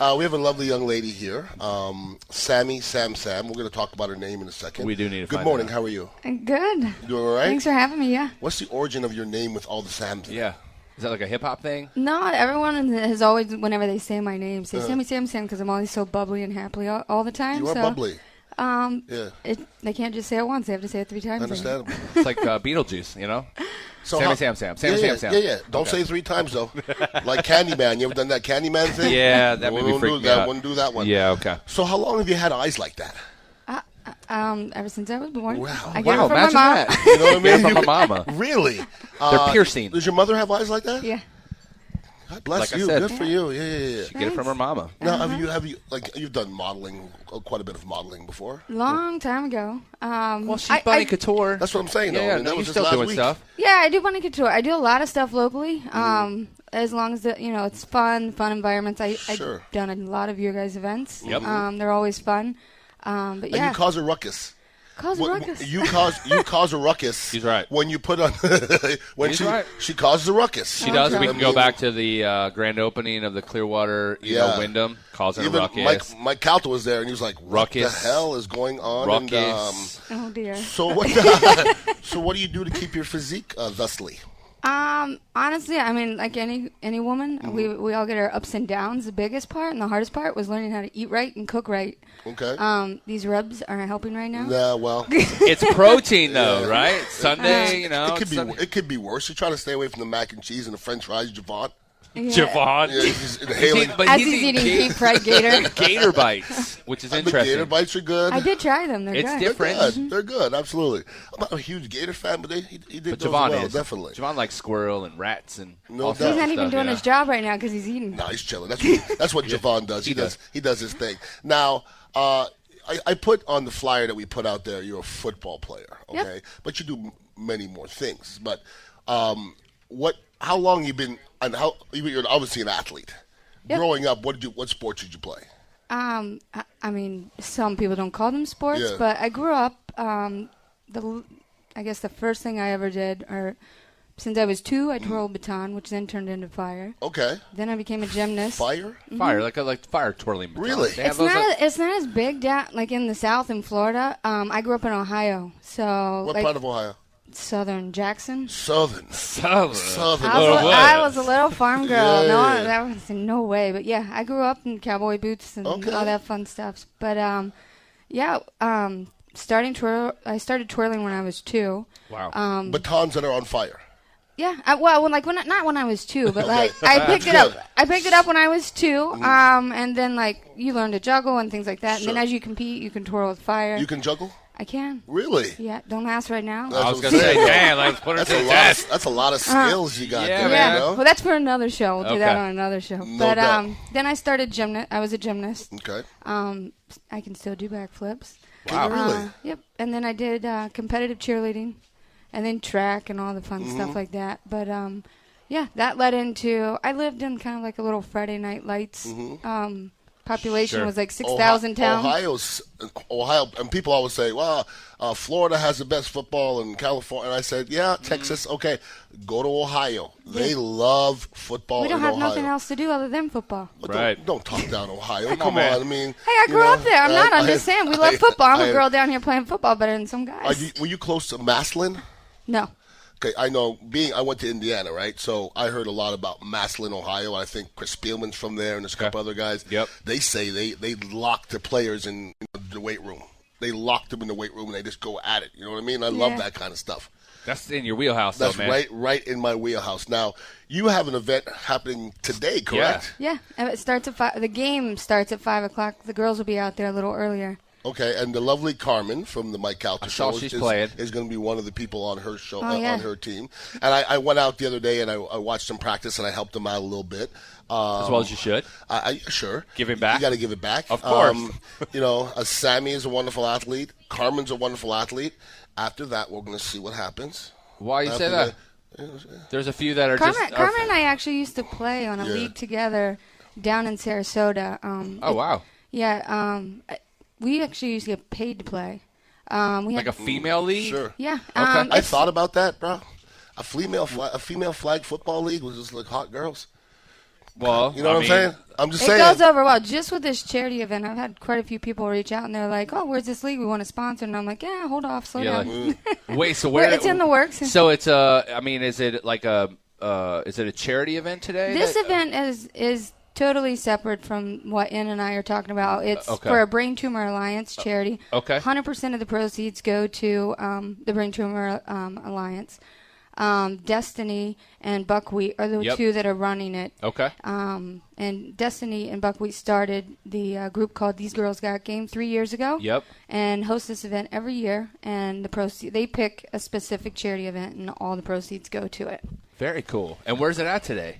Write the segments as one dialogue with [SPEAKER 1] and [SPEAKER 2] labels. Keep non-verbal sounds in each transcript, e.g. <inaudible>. [SPEAKER 1] Uh, we have a lovely young lady here, um, Sammy Sam Sam. We're going to talk about her name in a second.
[SPEAKER 2] We do need to
[SPEAKER 1] Good
[SPEAKER 2] find
[SPEAKER 1] morning.
[SPEAKER 2] that
[SPEAKER 1] How are you?
[SPEAKER 3] Good.
[SPEAKER 1] You doing all right?
[SPEAKER 3] Thanks for having me. Yeah.
[SPEAKER 1] What's the origin of your name with all the Sams? in it?
[SPEAKER 2] Yeah. Is that like a hip hop thing?
[SPEAKER 3] No, everyone has always, whenever they say my name, say Sammy Sam Sam because I'm always so bubbly and happy all, all the time.
[SPEAKER 1] Uh. You are
[SPEAKER 3] so,
[SPEAKER 1] bubbly.
[SPEAKER 3] Um,
[SPEAKER 1] Yeah.
[SPEAKER 3] it, they can't just say it once; they have to say it three times. I think.
[SPEAKER 1] Understandable.
[SPEAKER 2] It's like uh, Beetlejuice, you know?
[SPEAKER 1] So
[SPEAKER 2] Sammy Sam Sam. Sammy
[SPEAKER 1] yeah, yeah,
[SPEAKER 2] Sam Sam.
[SPEAKER 1] Yeah, yeah. Don't
[SPEAKER 2] Okay.
[SPEAKER 1] say it three times
[SPEAKER 2] <laughs>
[SPEAKER 1] though. like Candyman. You ever done that Candyman thing?
[SPEAKER 2] Yeah, that made me
[SPEAKER 1] Wouldn't
[SPEAKER 2] freak
[SPEAKER 1] do
[SPEAKER 2] me
[SPEAKER 1] that.
[SPEAKER 2] out.
[SPEAKER 1] Wouldn't do that one.
[SPEAKER 2] Yeah, okay.
[SPEAKER 1] So how long have you had eyes like that?
[SPEAKER 3] Um, ever since I was born.
[SPEAKER 1] Wow.
[SPEAKER 3] I got
[SPEAKER 2] Wow,
[SPEAKER 3] it from my
[SPEAKER 2] imagine
[SPEAKER 3] mom.
[SPEAKER 2] that.
[SPEAKER 1] You know <laughs> what I
[SPEAKER 2] Get
[SPEAKER 1] mean?
[SPEAKER 2] it from my mama.
[SPEAKER 1] Really?
[SPEAKER 2] <laughs>
[SPEAKER 1] Uh,
[SPEAKER 2] They're piercing.
[SPEAKER 1] Does your mother have eyes like that?
[SPEAKER 3] yeah.
[SPEAKER 1] God bless
[SPEAKER 2] Like I
[SPEAKER 1] you.
[SPEAKER 2] said.
[SPEAKER 1] Good for you. Yeah, yeah, yeah.
[SPEAKER 2] Get it from her mama.
[SPEAKER 1] Now,
[SPEAKER 3] Uh-huh.
[SPEAKER 1] have you have you like you've done modeling uh, quite a bit of modeling before?
[SPEAKER 3] Long time ago. Um,
[SPEAKER 2] Well, she's
[SPEAKER 3] I-
[SPEAKER 2] Bunny
[SPEAKER 3] I-
[SPEAKER 2] Couture.
[SPEAKER 1] That's what I'm saying.
[SPEAKER 2] yeah,
[SPEAKER 1] though. I
[SPEAKER 2] yeah,
[SPEAKER 1] mean, that
[SPEAKER 2] no, you're
[SPEAKER 1] was just
[SPEAKER 2] still
[SPEAKER 1] last
[SPEAKER 2] doing
[SPEAKER 1] week.
[SPEAKER 2] stuff.
[SPEAKER 3] Yeah, I do bunny couture. I do a lot of stuff locally.
[SPEAKER 1] Mm-hmm.
[SPEAKER 3] Um, as long as the you know it's fun, fun environments. I
[SPEAKER 1] Sure.
[SPEAKER 3] I've done a lot of your guys' events.
[SPEAKER 2] Yep.
[SPEAKER 3] Um, they're always fun. Um, but
[SPEAKER 1] And
[SPEAKER 3] yeah,
[SPEAKER 1] you cause a ruckus.
[SPEAKER 3] cause
[SPEAKER 1] Wh-
[SPEAKER 3] a
[SPEAKER 1] wh-
[SPEAKER 3] ruckus.
[SPEAKER 1] You cause you cause a ruckus.
[SPEAKER 2] <laughs> He's right.
[SPEAKER 1] When you put on <laughs> when
[SPEAKER 2] He's
[SPEAKER 1] she
[SPEAKER 2] right.
[SPEAKER 1] she causes a ruckus.
[SPEAKER 2] She does.
[SPEAKER 3] Okay.
[SPEAKER 2] We can go back to the uh, grand opening of the Clearwater, you
[SPEAKER 1] Yeah.
[SPEAKER 2] know, Wyndham, causing
[SPEAKER 1] Even
[SPEAKER 2] a ruckus.
[SPEAKER 1] Mike Mike Calta was there, and he was like, "What
[SPEAKER 2] Ruckus.
[SPEAKER 1] the hell is going on?"
[SPEAKER 2] ruckus.
[SPEAKER 1] And, um,
[SPEAKER 3] oh dear.
[SPEAKER 1] so
[SPEAKER 2] <laughs>
[SPEAKER 1] what? <laughs> so what do you do to keep your physique uh, thusly?
[SPEAKER 3] Um, honestly, I mean, like any any woman,
[SPEAKER 1] Mm-hmm.
[SPEAKER 3] we we all get our ups and downs. The biggest part and the hardest part was learning how to eat right and cook right.
[SPEAKER 1] Okay.
[SPEAKER 3] Um, these rubs aren't helping right now.
[SPEAKER 1] Nah,
[SPEAKER 3] <laughs>
[SPEAKER 1] well,
[SPEAKER 2] it's
[SPEAKER 1] <laughs>
[SPEAKER 2] protein, though, right? Sunday, you know.
[SPEAKER 1] it could be
[SPEAKER 2] Sunday.
[SPEAKER 1] it could be worse. You're trying to stay away from the mac and cheese and the French fries,
[SPEAKER 2] <laughs>
[SPEAKER 1] Javon.
[SPEAKER 3] Yeah.
[SPEAKER 2] Javon.
[SPEAKER 1] Yeah, he's inhaling.
[SPEAKER 2] He- but
[SPEAKER 3] As he's, eating
[SPEAKER 2] ga-
[SPEAKER 3] deep fried gator.
[SPEAKER 2] <laughs> gator bites, which is
[SPEAKER 1] The
[SPEAKER 2] interesting.
[SPEAKER 1] Gator bites are good.
[SPEAKER 3] I did try them. They're
[SPEAKER 2] It's
[SPEAKER 3] good.
[SPEAKER 1] They're
[SPEAKER 2] different.
[SPEAKER 1] good.
[SPEAKER 3] Mm-hmm.
[SPEAKER 1] They're good. Absolutely. I'm not a huge Gator fan, but they, he, he did
[SPEAKER 2] But
[SPEAKER 1] those
[SPEAKER 2] Javon
[SPEAKER 1] well,
[SPEAKER 2] is
[SPEAKER 1] definitely.
[SPEAKER 2] Javon likes squirrel and rats and
[SPEAKER 1] No
[SPEAKER 2] all
[SPEAKER 1] doubt.
[SPEAKER 2] sorts
[SPEAKER 3] He's
[SPEAKER 2] of
[SPEAKER 3] not even
[SPEAKER 2] stuff,
[SPEAKER 3] doing
[SPEAKER 2] you
[SPEAKER 3] his
[SPEAKER 2] know.
[SPEAKER 3] job right now because he's eating.
[SPEAKER 1] No, he's chilling. That's what, that's what
[SPEAKER 3] <laughs>
[SPEAKER 1] Javon does. He,
[SPEAKER 2] He
[SPEAKER 1] does.
[SPEAKER 2] does.
[SPEAKER 1] He does his thing. Now, uh, I, I put on the flyer that we put out there. You're a football player,
[SPEAKER 3] Yep.
[SPEAKER 1] okay? But you do m- many more things. But um, what? How long you been? And how you- you're obviously an athlete.
[SPEAKER 3] Yep.
[SPEAKER 1] Growing up, what did you? What sport did you play?
[SPEAKER 3] Um, I, I mean, some people don't call them sports,
[SPEAKER 1] Yeah.
[SPEAKER 3] but I grew up. Um, the l- I guess the first thing I ever did, or since I was two, I twirled baton, which then turned into fire.
[SPEAKER 1] Okay,
[SPEAKER 3] Then I became a gymnast.
[SPEAKER 1] fire.
[SPEAKER 2] Fire, like a like fire twirling. baton.
[SPEAKER 1] Really?
[SPEAKER 2] They have
[SPEAKER 3] Mm-hmm.
[SPEAKER 2] those,
[SPEAKER 3] It's not.
[SPEAKER 2] like-
[SPEAKER 3] it's not as big down like in the South in Florida. Um, I grew up in Ohio, so
[SPEAKER 1] What
[SPEAKER 3] like
[SPEAKER 1] part of Ohio?
[SPEAKER 3] Southern Jackson.
[SPEAKER 1] Southern. Southern.
[SPEAKER 3] I was,
[SPEAKER 2] Oh,
[SPEAKER 3] a-
[SPEAKER 2] what?
[SPEAKER 3] I was a little farm girl.
[SPEAKER 1] Yeah.
[SPEAKER 3] No, I- that was no way. But yeah, I grew up in cowboy boots and
[SPEAKER 1] Okay.
[SPEAKER 3] all that fun stuff. But um, yeah, um, starting twirl. I started twirling when I was two.
[SPEAKER 2] wow.
[SPEAKER 3] um,
[SPEAKER 1] Batons that are on fire.
[SPEAKER 3] Yeah, I, well, when, like when I- not when I was two, but like I picked
[SPEAKER 1] <laughs>
[SPEAKER 3] it
[SPEAKER 1] Good.
[SPEAKER 3] up. I picked it up when I was two. Um, and then like you learn to juggle and things like that. And
[SPEAKER 1] Mm-hmm. Sure.
[SPEAKER 3] then as you compete, you can twirl with fire.
[SPEAKER 1] You can juggle.
[SPEAKER 3] I can.
[SPEAKER 1] Really?
[SPEAKER 3] Yeah, don't ask right now.
[SPEAKER 1] That's
[SPEAKER 2] I was
[SPEAKER 1] what
[SPEAKER 2] gonna
[SPEAKER 1] I'm
[SPEAKER 2] say,
[SPEAKER 1] saying.
[SPEAKER 2] damn, let's put her
[SPEAKER 1] That's
[SPEAKER 2] to
[SPEAKER 1] a
[SPEAKER 2] the
[SPEAKER 1] lot.
[SPEAKER 2] test.
[SPEAKER 1] Of, that's a lot of skills you got
[SPEAKER 2] Yeah,
[SPEAKER 1] there.
[SPEAKER 2] man.
[SPEAKER 1] You know?
[SPEAKER 3] Uh-huh. Well, that's for another show. We'll do that
[SPEAKER 2] Okay.
[SPEAKER 3] on another show.
[SPEAKER 1] No
[SPEAKER 3] but
[SPEAKER 1] doubt.
[SPEAKER 3] um, then I started gymna I was a gymnast.
[SPEAKER 1] Okay.
[SPEAKER 3] Um, I can still do backflips.
[SPEAKER 1] Wow. Really?
[SPEAKER 3] Uh, yep. And then I did uh, competitive cheerleading, and then track and all the
[SPEAKER 1] Mm-hmm.
[SPEAKER 3] fun stuff like that. But um, yeah, that led into I lived in kind of like a little Friday Night Lights. Um, population
[SPEAKER 2] Sure.
[SPEAKER 3] was like six
[SPEAKER 1] Mm-hmm. Ohi-
[SPEAKER 3] thousand towns.
[SPEAKER 1] Ohio's Ohio, and people always say, "Well, uh, Florida has the best football in California." And I said, "Yeah,
[SPEAKER 3] Mm-hmm.
[SPEAKER 1] Texas, okay, go to Ohio. They love football."
[SPEAKER 3] We don't
[SPEAKER 1] in
[SPEAKER 3] have
[SPEAKER 1] Ohio.
[SPEAKER 3] nothing else to do other than football.
[SPEAKER 1] But
[SPEAKER 2] Right.
[SPEAKER 1] Don't, don't talk down Ohio. Come, on,
[SPEAKER 2] man.
[SPEAKER 1] I mean,
[SPEAKER 3] Hey, I
[SPEAKER 1] you
[SPEAKER 3] grew
[SPEAKER 1] know,
[SPEAKER 3] up there. I'm
[SPEAKER 1] uh,
[SPEAKER 3] not. I'm
[SPEAKER 1] I-
[SPEAKER 3] just saying
[SPEAKER 1] <laughs>
[SPEAKER 3] we
[SPEAKER 1] I-
[SPEAKER 3] love football. I'm
[SPEAKER 1] I-
[SPEAKER 3] a girl down here playing football better than some
[SPEAKER 1] Are
[SPEAKER 3] guys.
[SPEAKER 1] you, were you close to Maslin?
[SPEAKER 3] no.
[SPEAKER 1] Okay, I know. Being I went to Indiana, right? So I heard a lot about Maslin, Ohio. I think Chris Spielman's from there, and there's a couple other guys.
[SPEAKER 2] Yep.
[SPEAKER 1] They say they they lock the players in the weight room. They lock them in the weight room and they just go at it. You know what I mean? I love
[SPEAKER 3] Yeah.
[SPEAKER 1] that kind of stuff.
[SPEAKER 2] That's in your wheelhouse,
[SPEAKER 1] That's
[SPEAKER 2] though, man.
[SPEAKER 1] right, right in my wheelhouse. Now you have an event happening today, correct?
[SPEAKER 3] Yeah, and it starts at five. The game starts at five o'clock. The girls will be out there a little earlier.
[SPEAKER 1] Okay, and the lovely Carmen from the Mike Calter
[SPEAKER 2] saw
[SPEAKER 1] show
[SPEAKER 2] she's
[SPEAKER 1] is,
[SPEAKER 2] playing.
[SPEAKER 1] is going to be one of the people on her show uh,
[SPEAKER 3] Oh, yeah.
[SPEAKER 1] on her team. And I, I went out the other day and I, I watched them practice and I helped them out a little bit. Um,
[SPEAKER 2] As well as you should.
[SPEAKER 1] I, I, sure.
[SPEAKER 2] Give it back?
[SPEAKER 1] You got to give it back.
[SPEAKER 2] Of course.
[SPEAKER 1] you know, uh, Sammy is a wonderful athlete. Carmen's a wonderful athlete. After that, we're going to see what happens.
[SPEAKER 2] Why you say
[SPEAKER 1] After
[SPEAKER 2] that? There's a few that are
[SPEAKER 3] Carmen,
[SPEAKER 2] just. are-
[SPEAKER 3] Carmen and I actually used to play on a
[SPEAKER 1] Yeah.
[SPEAKER 3] league together down in Sarasota. Um,
[SPEAKER 2] oh wow,
[SPEAKER 3] yeah, um, I- we actually used to get paid to play. Um, we
[SPEAKER 2] like a
[SPEAKER 3] had,
[SPEAKER 2] female league.
[SPEAKER 1] Mm, Sure.
[SPEAKER 3] yeah.
[SPEAKER 2] Okay.
[SPEAKER 3] Um,
[SPEAKER 1] I
[SPEAKER 3] it's-
[SPEAKER 1] thought about that, bro. A female flag, a female flag football league was just like hot girls.
[SPEAKER 2] Well,
[SPEAKER 1] You know
[SPEAKER 2] I
[SPEAKER 1] what
[SPEAKER 2] mean,
[SPEAKER 1] I'm saying? I'm just
[SPEAKER 3] It
[SPEAKER 1] saying.
[SPEAKER 3] goes over well. Just with this charity event, I've had quite a few people reach out and they're like, "Oh, where's this league? We want to sponsor." And I'm like, "Yeah, hold off, slow
[SPEAKER 2] Yeah,
[SPEAKER 3] down." <laughs>
[SPEAKER 2] like, <laughs> wait. So where?
[SPEAKER 3] it's in the works.
[SPEAKER 2] So it's a. I mean, is it like a? Uh, is it a charity event today?
[SPEAKER 3] This
[SPEAKER 2] that-
[SPEAKER 3] event is is totally separate from what Ann and I are talking about. It's
[SPEAKER 2] Okay. Uh,
[SPEAKER 3] for a Brain Tumor Alliance charity.
[SPEAKER 2] okay.
[SPEAKER 3] Hundred percent of the proceeds go to um, the Brain Tumor um, Alliance. Um, Destiny and Buckwheat are the
[SPEAKER 2] Yep.
[SPEAKER 3] two that are running it.
[SPEAKER 2] Okay.
[SPEAKER 3] Um, and Destiny and Buckwheat started the uh, group called These Girls Got Game three years ago.
[SPEAKER 2] Yep.
[SPEAKER 3] And host this event every year, and the proceeds they pick a specific charity event, and all the proceeds go to it.
[SPEAKER 2] Very cool. And where's it at today?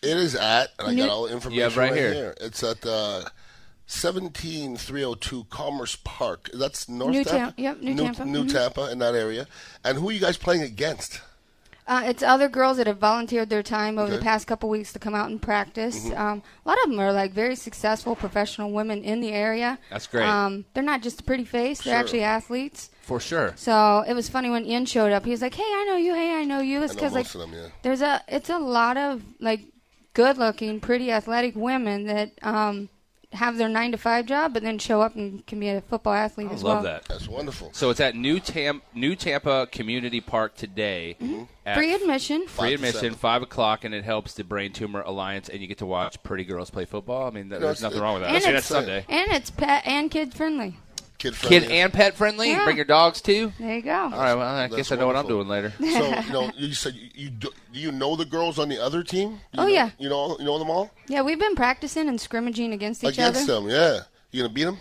[SPEAKER 1] It is at, and I
[SPEAKER 3] New-
[SPEAKER 1] got all the information
[SPEAKER 2] Yeah, right
[SPEAKER 1] right,
[SPEAKER 2] here.
[SPEAKER 1] here. It's at uh, 17302 Commerce Park. That's North
[SPEAKER 3] New
[SPEAKER 1] Tampa?
[SPEAKER 3] Tam- yep, New Tampa.
[SPEAKER 1] New
[SPEAKER 3] Mhm.
[SPEAKER 1] Tampa, in that area. And who are you guys playing against?
[SPEAKER 3] Uh, it's other girls that have volunteered their time over
[SPEAKER 1] Okay.
[SPEAKER 3] the
[SPEAKER 1] Mm-hmm.
[SPEAKER 3] past couple weeks to come out and practice. Um, a lot of them are like very successful professional women in the area.
[SPEAKER 2] That's great.
[SPEAKER 3] Um, they're not just a pretty face; they're
[SPEAKER 1] Sure.
[SPEAKER 3] actually athletes.
[SPEAKER 2] For sure.
[SPEAKER 3] So it was funny when Ian showed up. He was like, "Hey, I know you. Hey, I know you." It's
[SPEAKER 1] I know
[SPEAKER 3] because like
[SPEAKER 1] most of them, yeah.
[SPEAKER 3] there's a it's a lot of like good-looking, pretty, athletic women that um, have their nine to five job, but then show up and can be a football athlete
[SPEAKER 2] I
[SPEAKER 3] as
[SPEAKER 2] love
[SPEAKER 3] well.
[SPEAKER 2] that.
[SPEAKER 1] That's wonderful.
[SPEAKER 2] So it's at New Tam New Tampa Community Park today. At
[SPEAKER 3] Mm-hmm. Free admission.
[SPEAKER 2] free
[SPEAKER 1] to
[SPEAKER 2] admission,
[SPEAKER 1] seven.
[SPEAKER 2] five o'clock, and it helps the Brain Tumor Alliance, and you get to watch pretty girls play football. I mean, th-
[SPEAKER 1] No,
[SPEAKER 2] there's
[SPEAKER 1] it's-
[SPEAKER 2] nothing wrong with that.
[SPEAKER 3] And
[SPEAKER 2] That's, that's Sunday.
[SPEAKER 3] it's- And it's pet and kid friendly.
[SPEAKER 1] Kid friendly.
[SPEAKER 2] Kid and pet friendly.
[SPEAKER 3] Yeah.
[SPEAKER 2] Bring your dogs too.
[SPEAKER 3] There you go.
[SPEAKER 2] All right. Well, I
[SPEAKER 1] That's
[SPEAKER 2] guess I know what I'm
[SPEAKER 1] wonderful.
[SPEAKER 2] doing later.
[SPEAKER 1] so you know, you said you, you do, do you know the girls on the other team? You
[SPEAKER 3] Oh,
[SPEAKER 1] know-
[SPEAKER 3] yeah.
[SPEAKER 1] you know you know them all
[SPEAKER 3] Yeah, we've been practicing and scrimmaging against each
[SPEAKER 1] against
[SPEAKER 3] other.
[SPEAKER 1] them. Yeah, you gonna beat them?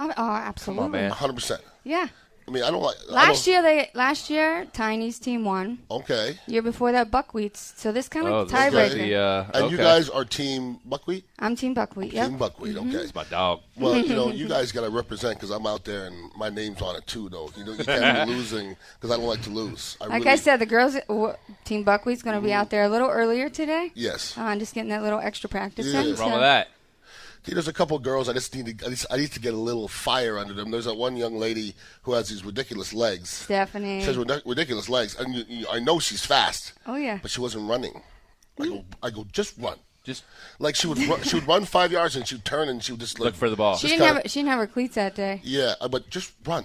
[SPEAKER 3] Oh, oh, absolutely.
[SPEAKER 2] man.
[SPEAKER 1] One hundred percent.
[SPEAKER 3] Yeah.
[SPEAKER 1] I mean, I don't like I
[SPEAKER 3] Last
[SPEAKER 1] don't-
[SPEAKER 3] year they last year Tiny's team won.
[SPEAKER 1] Okay,
[SPEAKER 3] Year before that Buckwheats. So this kind
[SPEAKER 2] Oh,
[SPEAKER 3] of
[SPEAKER 2] this is
[SPEAKER 1] right.
[SPEAKER 3] tiebreaker.
[SPEAKER 2] the uh,
[SPEAKER 1] and
[SPEAKER 2] okay.
[SPEAKER 1] you guys are team buckwheat.
[SPEAKER 3] I'm team Buckwheat. Yep. Mm-hmm.
[SPEAKER 1] Team buckwheat. Okay.
[SPEAKER 2] It's <laughs> my dog.
[SPEAKER 1] Well, you know,
[SPEAKER 3] <laughs>
[SPEAKER 1] you guys got to represent because I'm out there and my name's on it too, though. You know, you can't
[SPEAKER 2] <laughs>
[SPEAKER 1] be losing because I don't like to lose. I
[SPEAKER 3] like
[SPEAKER 1] really,
[SPEAKER 3] I said, the girls w- team Buckwheat's going to be out there a little earlier today.
[SPEAKER 1] Mm-hmm. Yes.
[SPEAKER 3] Uh, I'm just getting that little extra practice
[SPEAKER 1] Yeah.
[SPEAKER 3] in.
[SPEAKER 1] What's
[SPEAKER 2] Wrong
[SPEAKER 3] so-
[SPEAKER 2] with that?
[SPEAKER 1] See, there's a couple girls I just need to I, just, I need to get a little fire under them. There's that one young lady who has these ridiculous legs.
[SPEAKER 3] Stephanie.
[SPEAKER 1] She has ridic- ridiculous legs, and you, you, I know she's fast.
[SPEAKER 3] Oh, yeah. Mm.
[SPEAKER 1] but she wasn't running. I go, I go, just run.
[SPEAKER 2] Just
[SPEAKER 1] Like she would, run, she would run five yards and she'd turn and she would just like,
[SPEAKER 2] look for the ball.
[SPEAKER 3] She
[SPEAKER 1] Just
[SPEAKER 3] didn't
[SPEAKER 1] kinda-
[SPEAKER 3] have she didn't have her cleats that day.
[SPEAKER 1] Yeah, uh, but just run,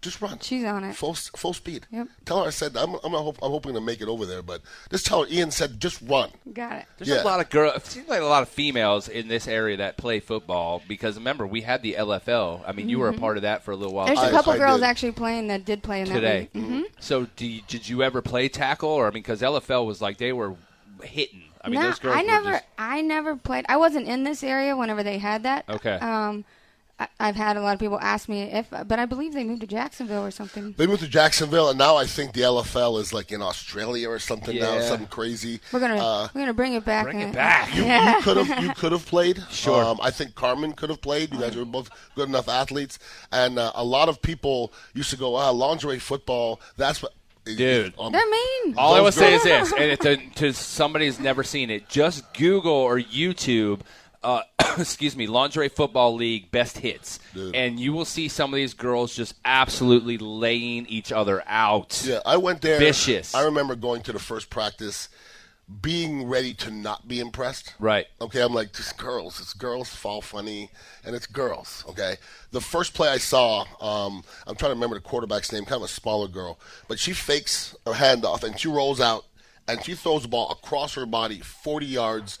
[SPEAKER 1] just run.
[SPEAKER 3] She's on it.
[SPEAKER 1] Full s- full speed.
[SPEAKER 3] Yep.
[SPEAKER 1] Tell her I said I'm I'm, not hop- I'm hoping to make it over there, but just tell her Ian said just run.
[SPEAKER 3] Got it.
[SPEAKER 2] There's
[SPEAKER 1] Yeah.
[SPEAKER 2] a lot of girls. It seems like a lot of females in this area that play football because remember we had the LFL. I mean, you were a part of that for a little while
[SPEAKER 3] Mm-hmm. There's
[SPEAKER 1] I-
[SPEAKER 3] a couple
[SPEAKER 1] I
[SPEAKER 3] girls
[SPEAKER 1] did.
[SPEAKER 3] actually playing that did play in that
[SPEAKER 2] today.
[SPEAKER 3] league.
[SPEAKER 2] So, do you, did you ever play tackle? Or I mean, because LFL was like they were hitting. I mean,
[SPEAKER 3] no,
[SPEAKER 2] those girls
[SPEAKER 3] I
[SPEAKER 2] were
[SPEAKER 3] never,
[SPEAKER 2] just-
[SPEAKER 3] I never played. I wasn't in this area whenever they had that.
[SPEAKER 2] Okay.
[SPEAKER 3] Um, I, I've had a lot of people ask me if, but I believe they moved to Jacksonville or something.
[SPEAKER 1] They moved to Jacksonville, and now I think the LFL is like in Australia or something now,
[SPEAKER 2] Yeah.
[SPEAKER 1] something crazy.
[SPEAKER 3] We're gonna,
[SPEAKER 1] Uh,
[SPEAKER 3] we're gonna bring it back.
[SPEAKER 2] bring
[SPEAKER 3] and-
[SPEAKER 2] it back.
[SPEAKER 1] you, you
[SPEAKER 2] <laughs>
[SPEAKER 1] could have you could have played.
[SPEAKER 2] Sure.
[SPEAKER 1] Um, I think Carmen could have played. You guys were both good enough athletes, and uh, a lot of people used to go, "Ah, lingerie football." That's what,
[SPEAKER 2] Dude.
[SPEAKER 1] Um,
[SPEAKER 3] They're mean.
[SPEAKER 2] All I will
[SPEAKER 1] Those
[SPEAKER 2] say is
[SPEAKER 1] girls-
[SPEAKER 3] <laughs>
[SPEAKER 2] this, and to, to somebody who's never seen it, just Google or YouTube, uh, <coughs> excuse me, lingerie football league best hits,
[SPEAKER 1] Dude.
[SPEAKER 2] and you will see some of these girls just absolutely laying each other out.
[SPEAKER 1] Yeah, I went there.
[SPEAKER 2] Vicious.
[SPEAKER 1] I remember going to the first practice, being ready to not be impressed.
[SPEAKER 2] Right.
[SPEAKER 1] Okay, I'm like, just girls. It's girls fall funny, and it's girls. Okay. The first play I saw, um, I'm trying to remember the quarterback's name, kind of a smaller girl, but she fakes a handoff and she rolls out and she throws the ball across her body 40 yards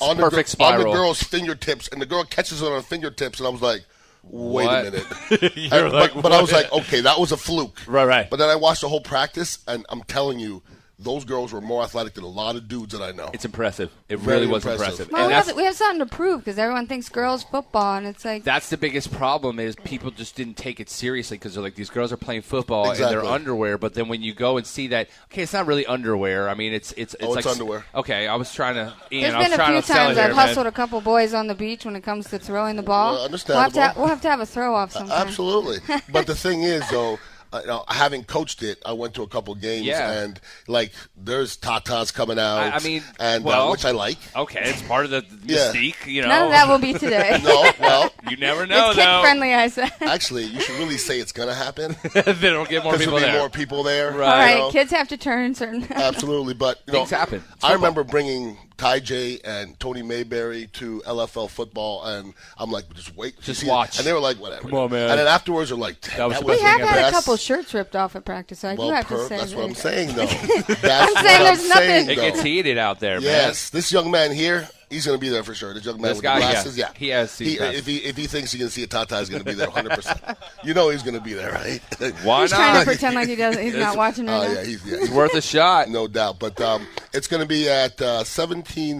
[SPEAKER 1] on the,
[SPEAKER 2] perfect
[SPEAKER 1] girl- on
[SPEAKER 2] spiral.
[SPEAKER 1] the girl's fingertips, and the girl catches it on her fingertips, and I was like, wait
[SPEAKER 2] What?
[SPEAKER 1] a minute.
[SPEAKER 2] <laughs> You're
[SPEAKER 1] And-
[SPEAKER 2] like,
[SPEAKER 1] but, but I was
[SPEAKER 2] what?
[SPEAKER 1] like, okay, that was a fluke.
[SPEAKER 2] Right, right.
[SPEAKER 1] But then I watched the whole practice, and I'm telling you, those girls were more athletic than a lot of dudes that I know.
[SPEAKER 2] It's impressive. It
[SPEAKER 1] Very
[SPEAKER 2] really was
[SPEAKER 1] impressive.
[SPEAKER 2] impressive.
[SPEAKER 3] Well,
[SPEAKER 2] and
[SPEAKER 3] we
[SPEAKER 2] that's,
[SPEAKER 3] have, we have something to prove because everyone thinks girls football, and it's like
[SPEAKER 2] that's the biggest problem is people just didn't take it seriously because they're like these girls are playing football in
[SPEAKER 1] Exactly.
[SPEAKER 2] their underwear, but then when you go and see that, okay, it's not really underwear. I mean, it's it's it's,
[SPEAKER 1] Oh, it's
[SPEAKER 2] like
[SPEAKER 1] underwear.
[SPEAKER 2] Okay, I was trying to. Ian,
[SPEAKER 3] There's
[SPEAKER 2] I was
[SPEAKER 3] been a
[SPEAKER 2] trying
[SPEAKER 3] few
[SPEAKER 2] to sell
[SPEAKER 3] times
[SPEAKER 2] it here,
[SPEAKER 3] I've hustled
[SPEAKER 2] man.
[SPEAKER 3] a couple boys on the beach when it comes to throwing the ball.
[SPEAKER 1] Well,
[SPEAKER 3] We'll have, to
[SPEAKER 1] understandable.
[SPEAKER 3] ha- we'll have to have a throw off sometime.
[SPEAKER 1] Absolutely. but the thing is, though, uh, you know, having coached it, I went to a couple games,
[SPEAKER 2] Yeah.
[SPEAKER 1] and like, there's tatas coming out.
[SPEAKER 2] I- I mean,
[SPEAKER 1] and
[SPEAKER 2] well-
[SPEAKER 1] uh, which I like.
[SPEAKER 2] Okay, it's part of the
[SPEAKER 1] Yeah.
[SPEAKER 2] mystique, you know.
[SPEAKER 3] None of that will
[SPEAKER 2] <laughs>
[SPEAKER 3] be today.
[SPEAKER 1] No, well,
[SPEAKER 2] you never know,
[SPEAKER 3] it's kid
[SPEAKER 2] though.
[SPEAKER 3] friendly, I said.
[SPEAKER 1] actually, you should really say it's gonna happen
[SPEAKER 2] <laughs> then it'll get more
[SPEAKER 1] because
[SPEAKER 2] people
[SPEAKER 1] there'll be
[SPEAKER 2] there.
[SPEAKER 1] more people there.
[SPEAKER 2] Right.
[SPEAKER 3] All
[SPEAKER 1] you
[SPEAKER 3] right,
[SPEAKER 1] know?
[SPEAKER 3] kids have to turn certain.
[SPEAKER 1] Absolutely, but you know,
[SPEAKER 2] Things happen. It's
[SPEAKER 1] I remember bringing Ty J and Tony Mayberry to LFL football, and I'm like, just wait,
[SPEAKER 2] Just
[SPEAKER 1] see it.
[SPEAKER 2] watch.
[SPEAKER 1] And they were like, whatever.
[SPEAKER 2] Come on, man.
[SPEAKER 1] And then afterwards, they're like, that,
[SPEAKER 2] was
[SPEAKER 1] that
[SPEAKER 2] the
[SPEAKER 1] was
[SPEAKER 2] best
[SPEAKER 3] We have
[SPEAKER 2] thing
[SPEAKER 3] had a
[SPEAKER 1] best-
[SPEAKER 3] couple shirts ripped off at practice. So I
[SPEAKER 1] Well,
[SPEAKER 3] do have
[SPEAKER 1] per-
[SPEAKER 3] to say
[SPEAKER 1] that's what I'm
[SPEAKER 3] that.
[SPEAKER 1] saying,
[SPEAKER 3] <laughs>
[SPEAKER 1] though. That's
[SPEAKER 3] saying
[SPEAKER 1] what
[SPEAKER 3] there's
[SPEAKER 1] I'm
[SPEAKER 3] nothing-
[SPEAKER 1] saying,
[SPEAKER 2] It gets
[SPEAKER 1] though.
[SPEAKER 2] heated out there, man.
[SPEAKER 1] Yes, this young man here, he's going to be there for sure. This young man
[SPEAKER 2] This
[SPEAKER 1] with
[SPEAKER 2] guy,
[SPEAKER 1] the
[SPEAKER 2] yeah.
[SPEAKER 1] glasses, yeah,
[SPEAKER 2] He has seen best.
[SPEAKER 1] if he if he thinks he can see a Tata, he's going to be there 100. percent You know he's going to be there, right? <laughs>
[SPEAKER 2] Why
[SPEAKER 3] He's
[SPEAKER 2] not?
[SPEAKER 3] trying to pretend like he doesn't. He's not watching right
[SPEAKER 1] Uh,
[SPEAKER 3] now.
[SPEAKER 1] yeah, he's, yeah, he's
[SPEAKER 2] <laughs> It's worth a shot.
[SPEAKER 1] no doubt. But um, it's going to be at uh,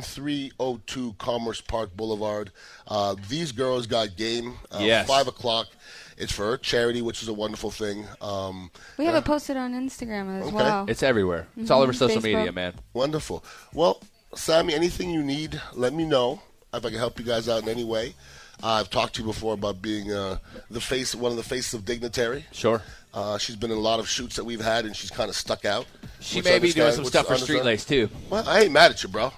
[SPEAKER 1] 17302 Commerce Park Boulevard. Uh, these girls got game. Uh,
[SPEAKER 2] Yes.
[SPEAKER 1] Five o'clock. It's for charity, which is a wonderful thing. Um,
[SPEAKER 3] We have it posted on Instagram as
[SPEAKER 1] Okay.
[SPEAKER 3] well.
[SPEAKER 2] It's everywhere. It's all over social
[SPEAKER 3] Mm-hmm. Facebook.
[SPEAKER 2] media, man.
[SPEAKER 1] Wonderful. Well, Sammy, anything you need, let me know if I can help you guys out in any way. Uh, I've talked to you before about being uh, the face, one of the faces of Dignitary.
[SPEAKER 2] Sure.
[SPEAKER 1] Uh, she's been in a lot of shoots that we've had, and she's kind of stuck out.
[SPEAKER 2] She
[SPEAKER 1] which I
[SPEAKER 2] may be doing
[SPEAKER 1] understand-
[SPEAKER 2] some
[SPEAKER 1] which
[SPEAKER 2] stuff
[SPEAKER 1] I
[SPEAKER 2] for
[SPEAKER 1] understand.
[SPEAKER 2] Streetlace too.
[SPEAKER 1] Well, I ain't mad at you, bro.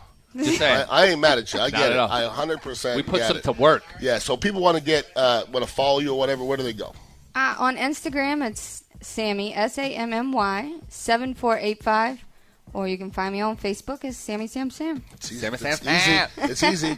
[SPEAKER 1] <laughs>
[SPEAKER 2] Just
[SPEAKER 1] I,
[SPEAKER 2] saying.
[SPEAKER 1] I ain't mad at you.
[SPEAKER 2] <laughs>
[SPEAKER 1] I get
[SPEAKER 2] at
[SPEAKER 1] it.
[SPEAKER 2] all.
[SPEAKER 1] I 100 percent.
[SPEAKER 2] We put
[SPEAKER 1] get
[SPEAKER 2] some
[SPEAKER 1] it.
[SPEAKER 2] to work.
[SPEAKER 1] Yeah. So people want to get uh, want to follow you or whatever. Where do they go?
[SPEAKER 3] Uh, on Instagram, it's Sammy S A M M Y seven four eight five, or you can find me on Facebook as Sammy Sam Sam.
[SPEAKER 1] It's easy.
[SPEAKER 2] Sammy
[SPEAKER 1] It's
[SPEAKER 2] Sam Sam.
[SPEAKER 1] easy. It's easy.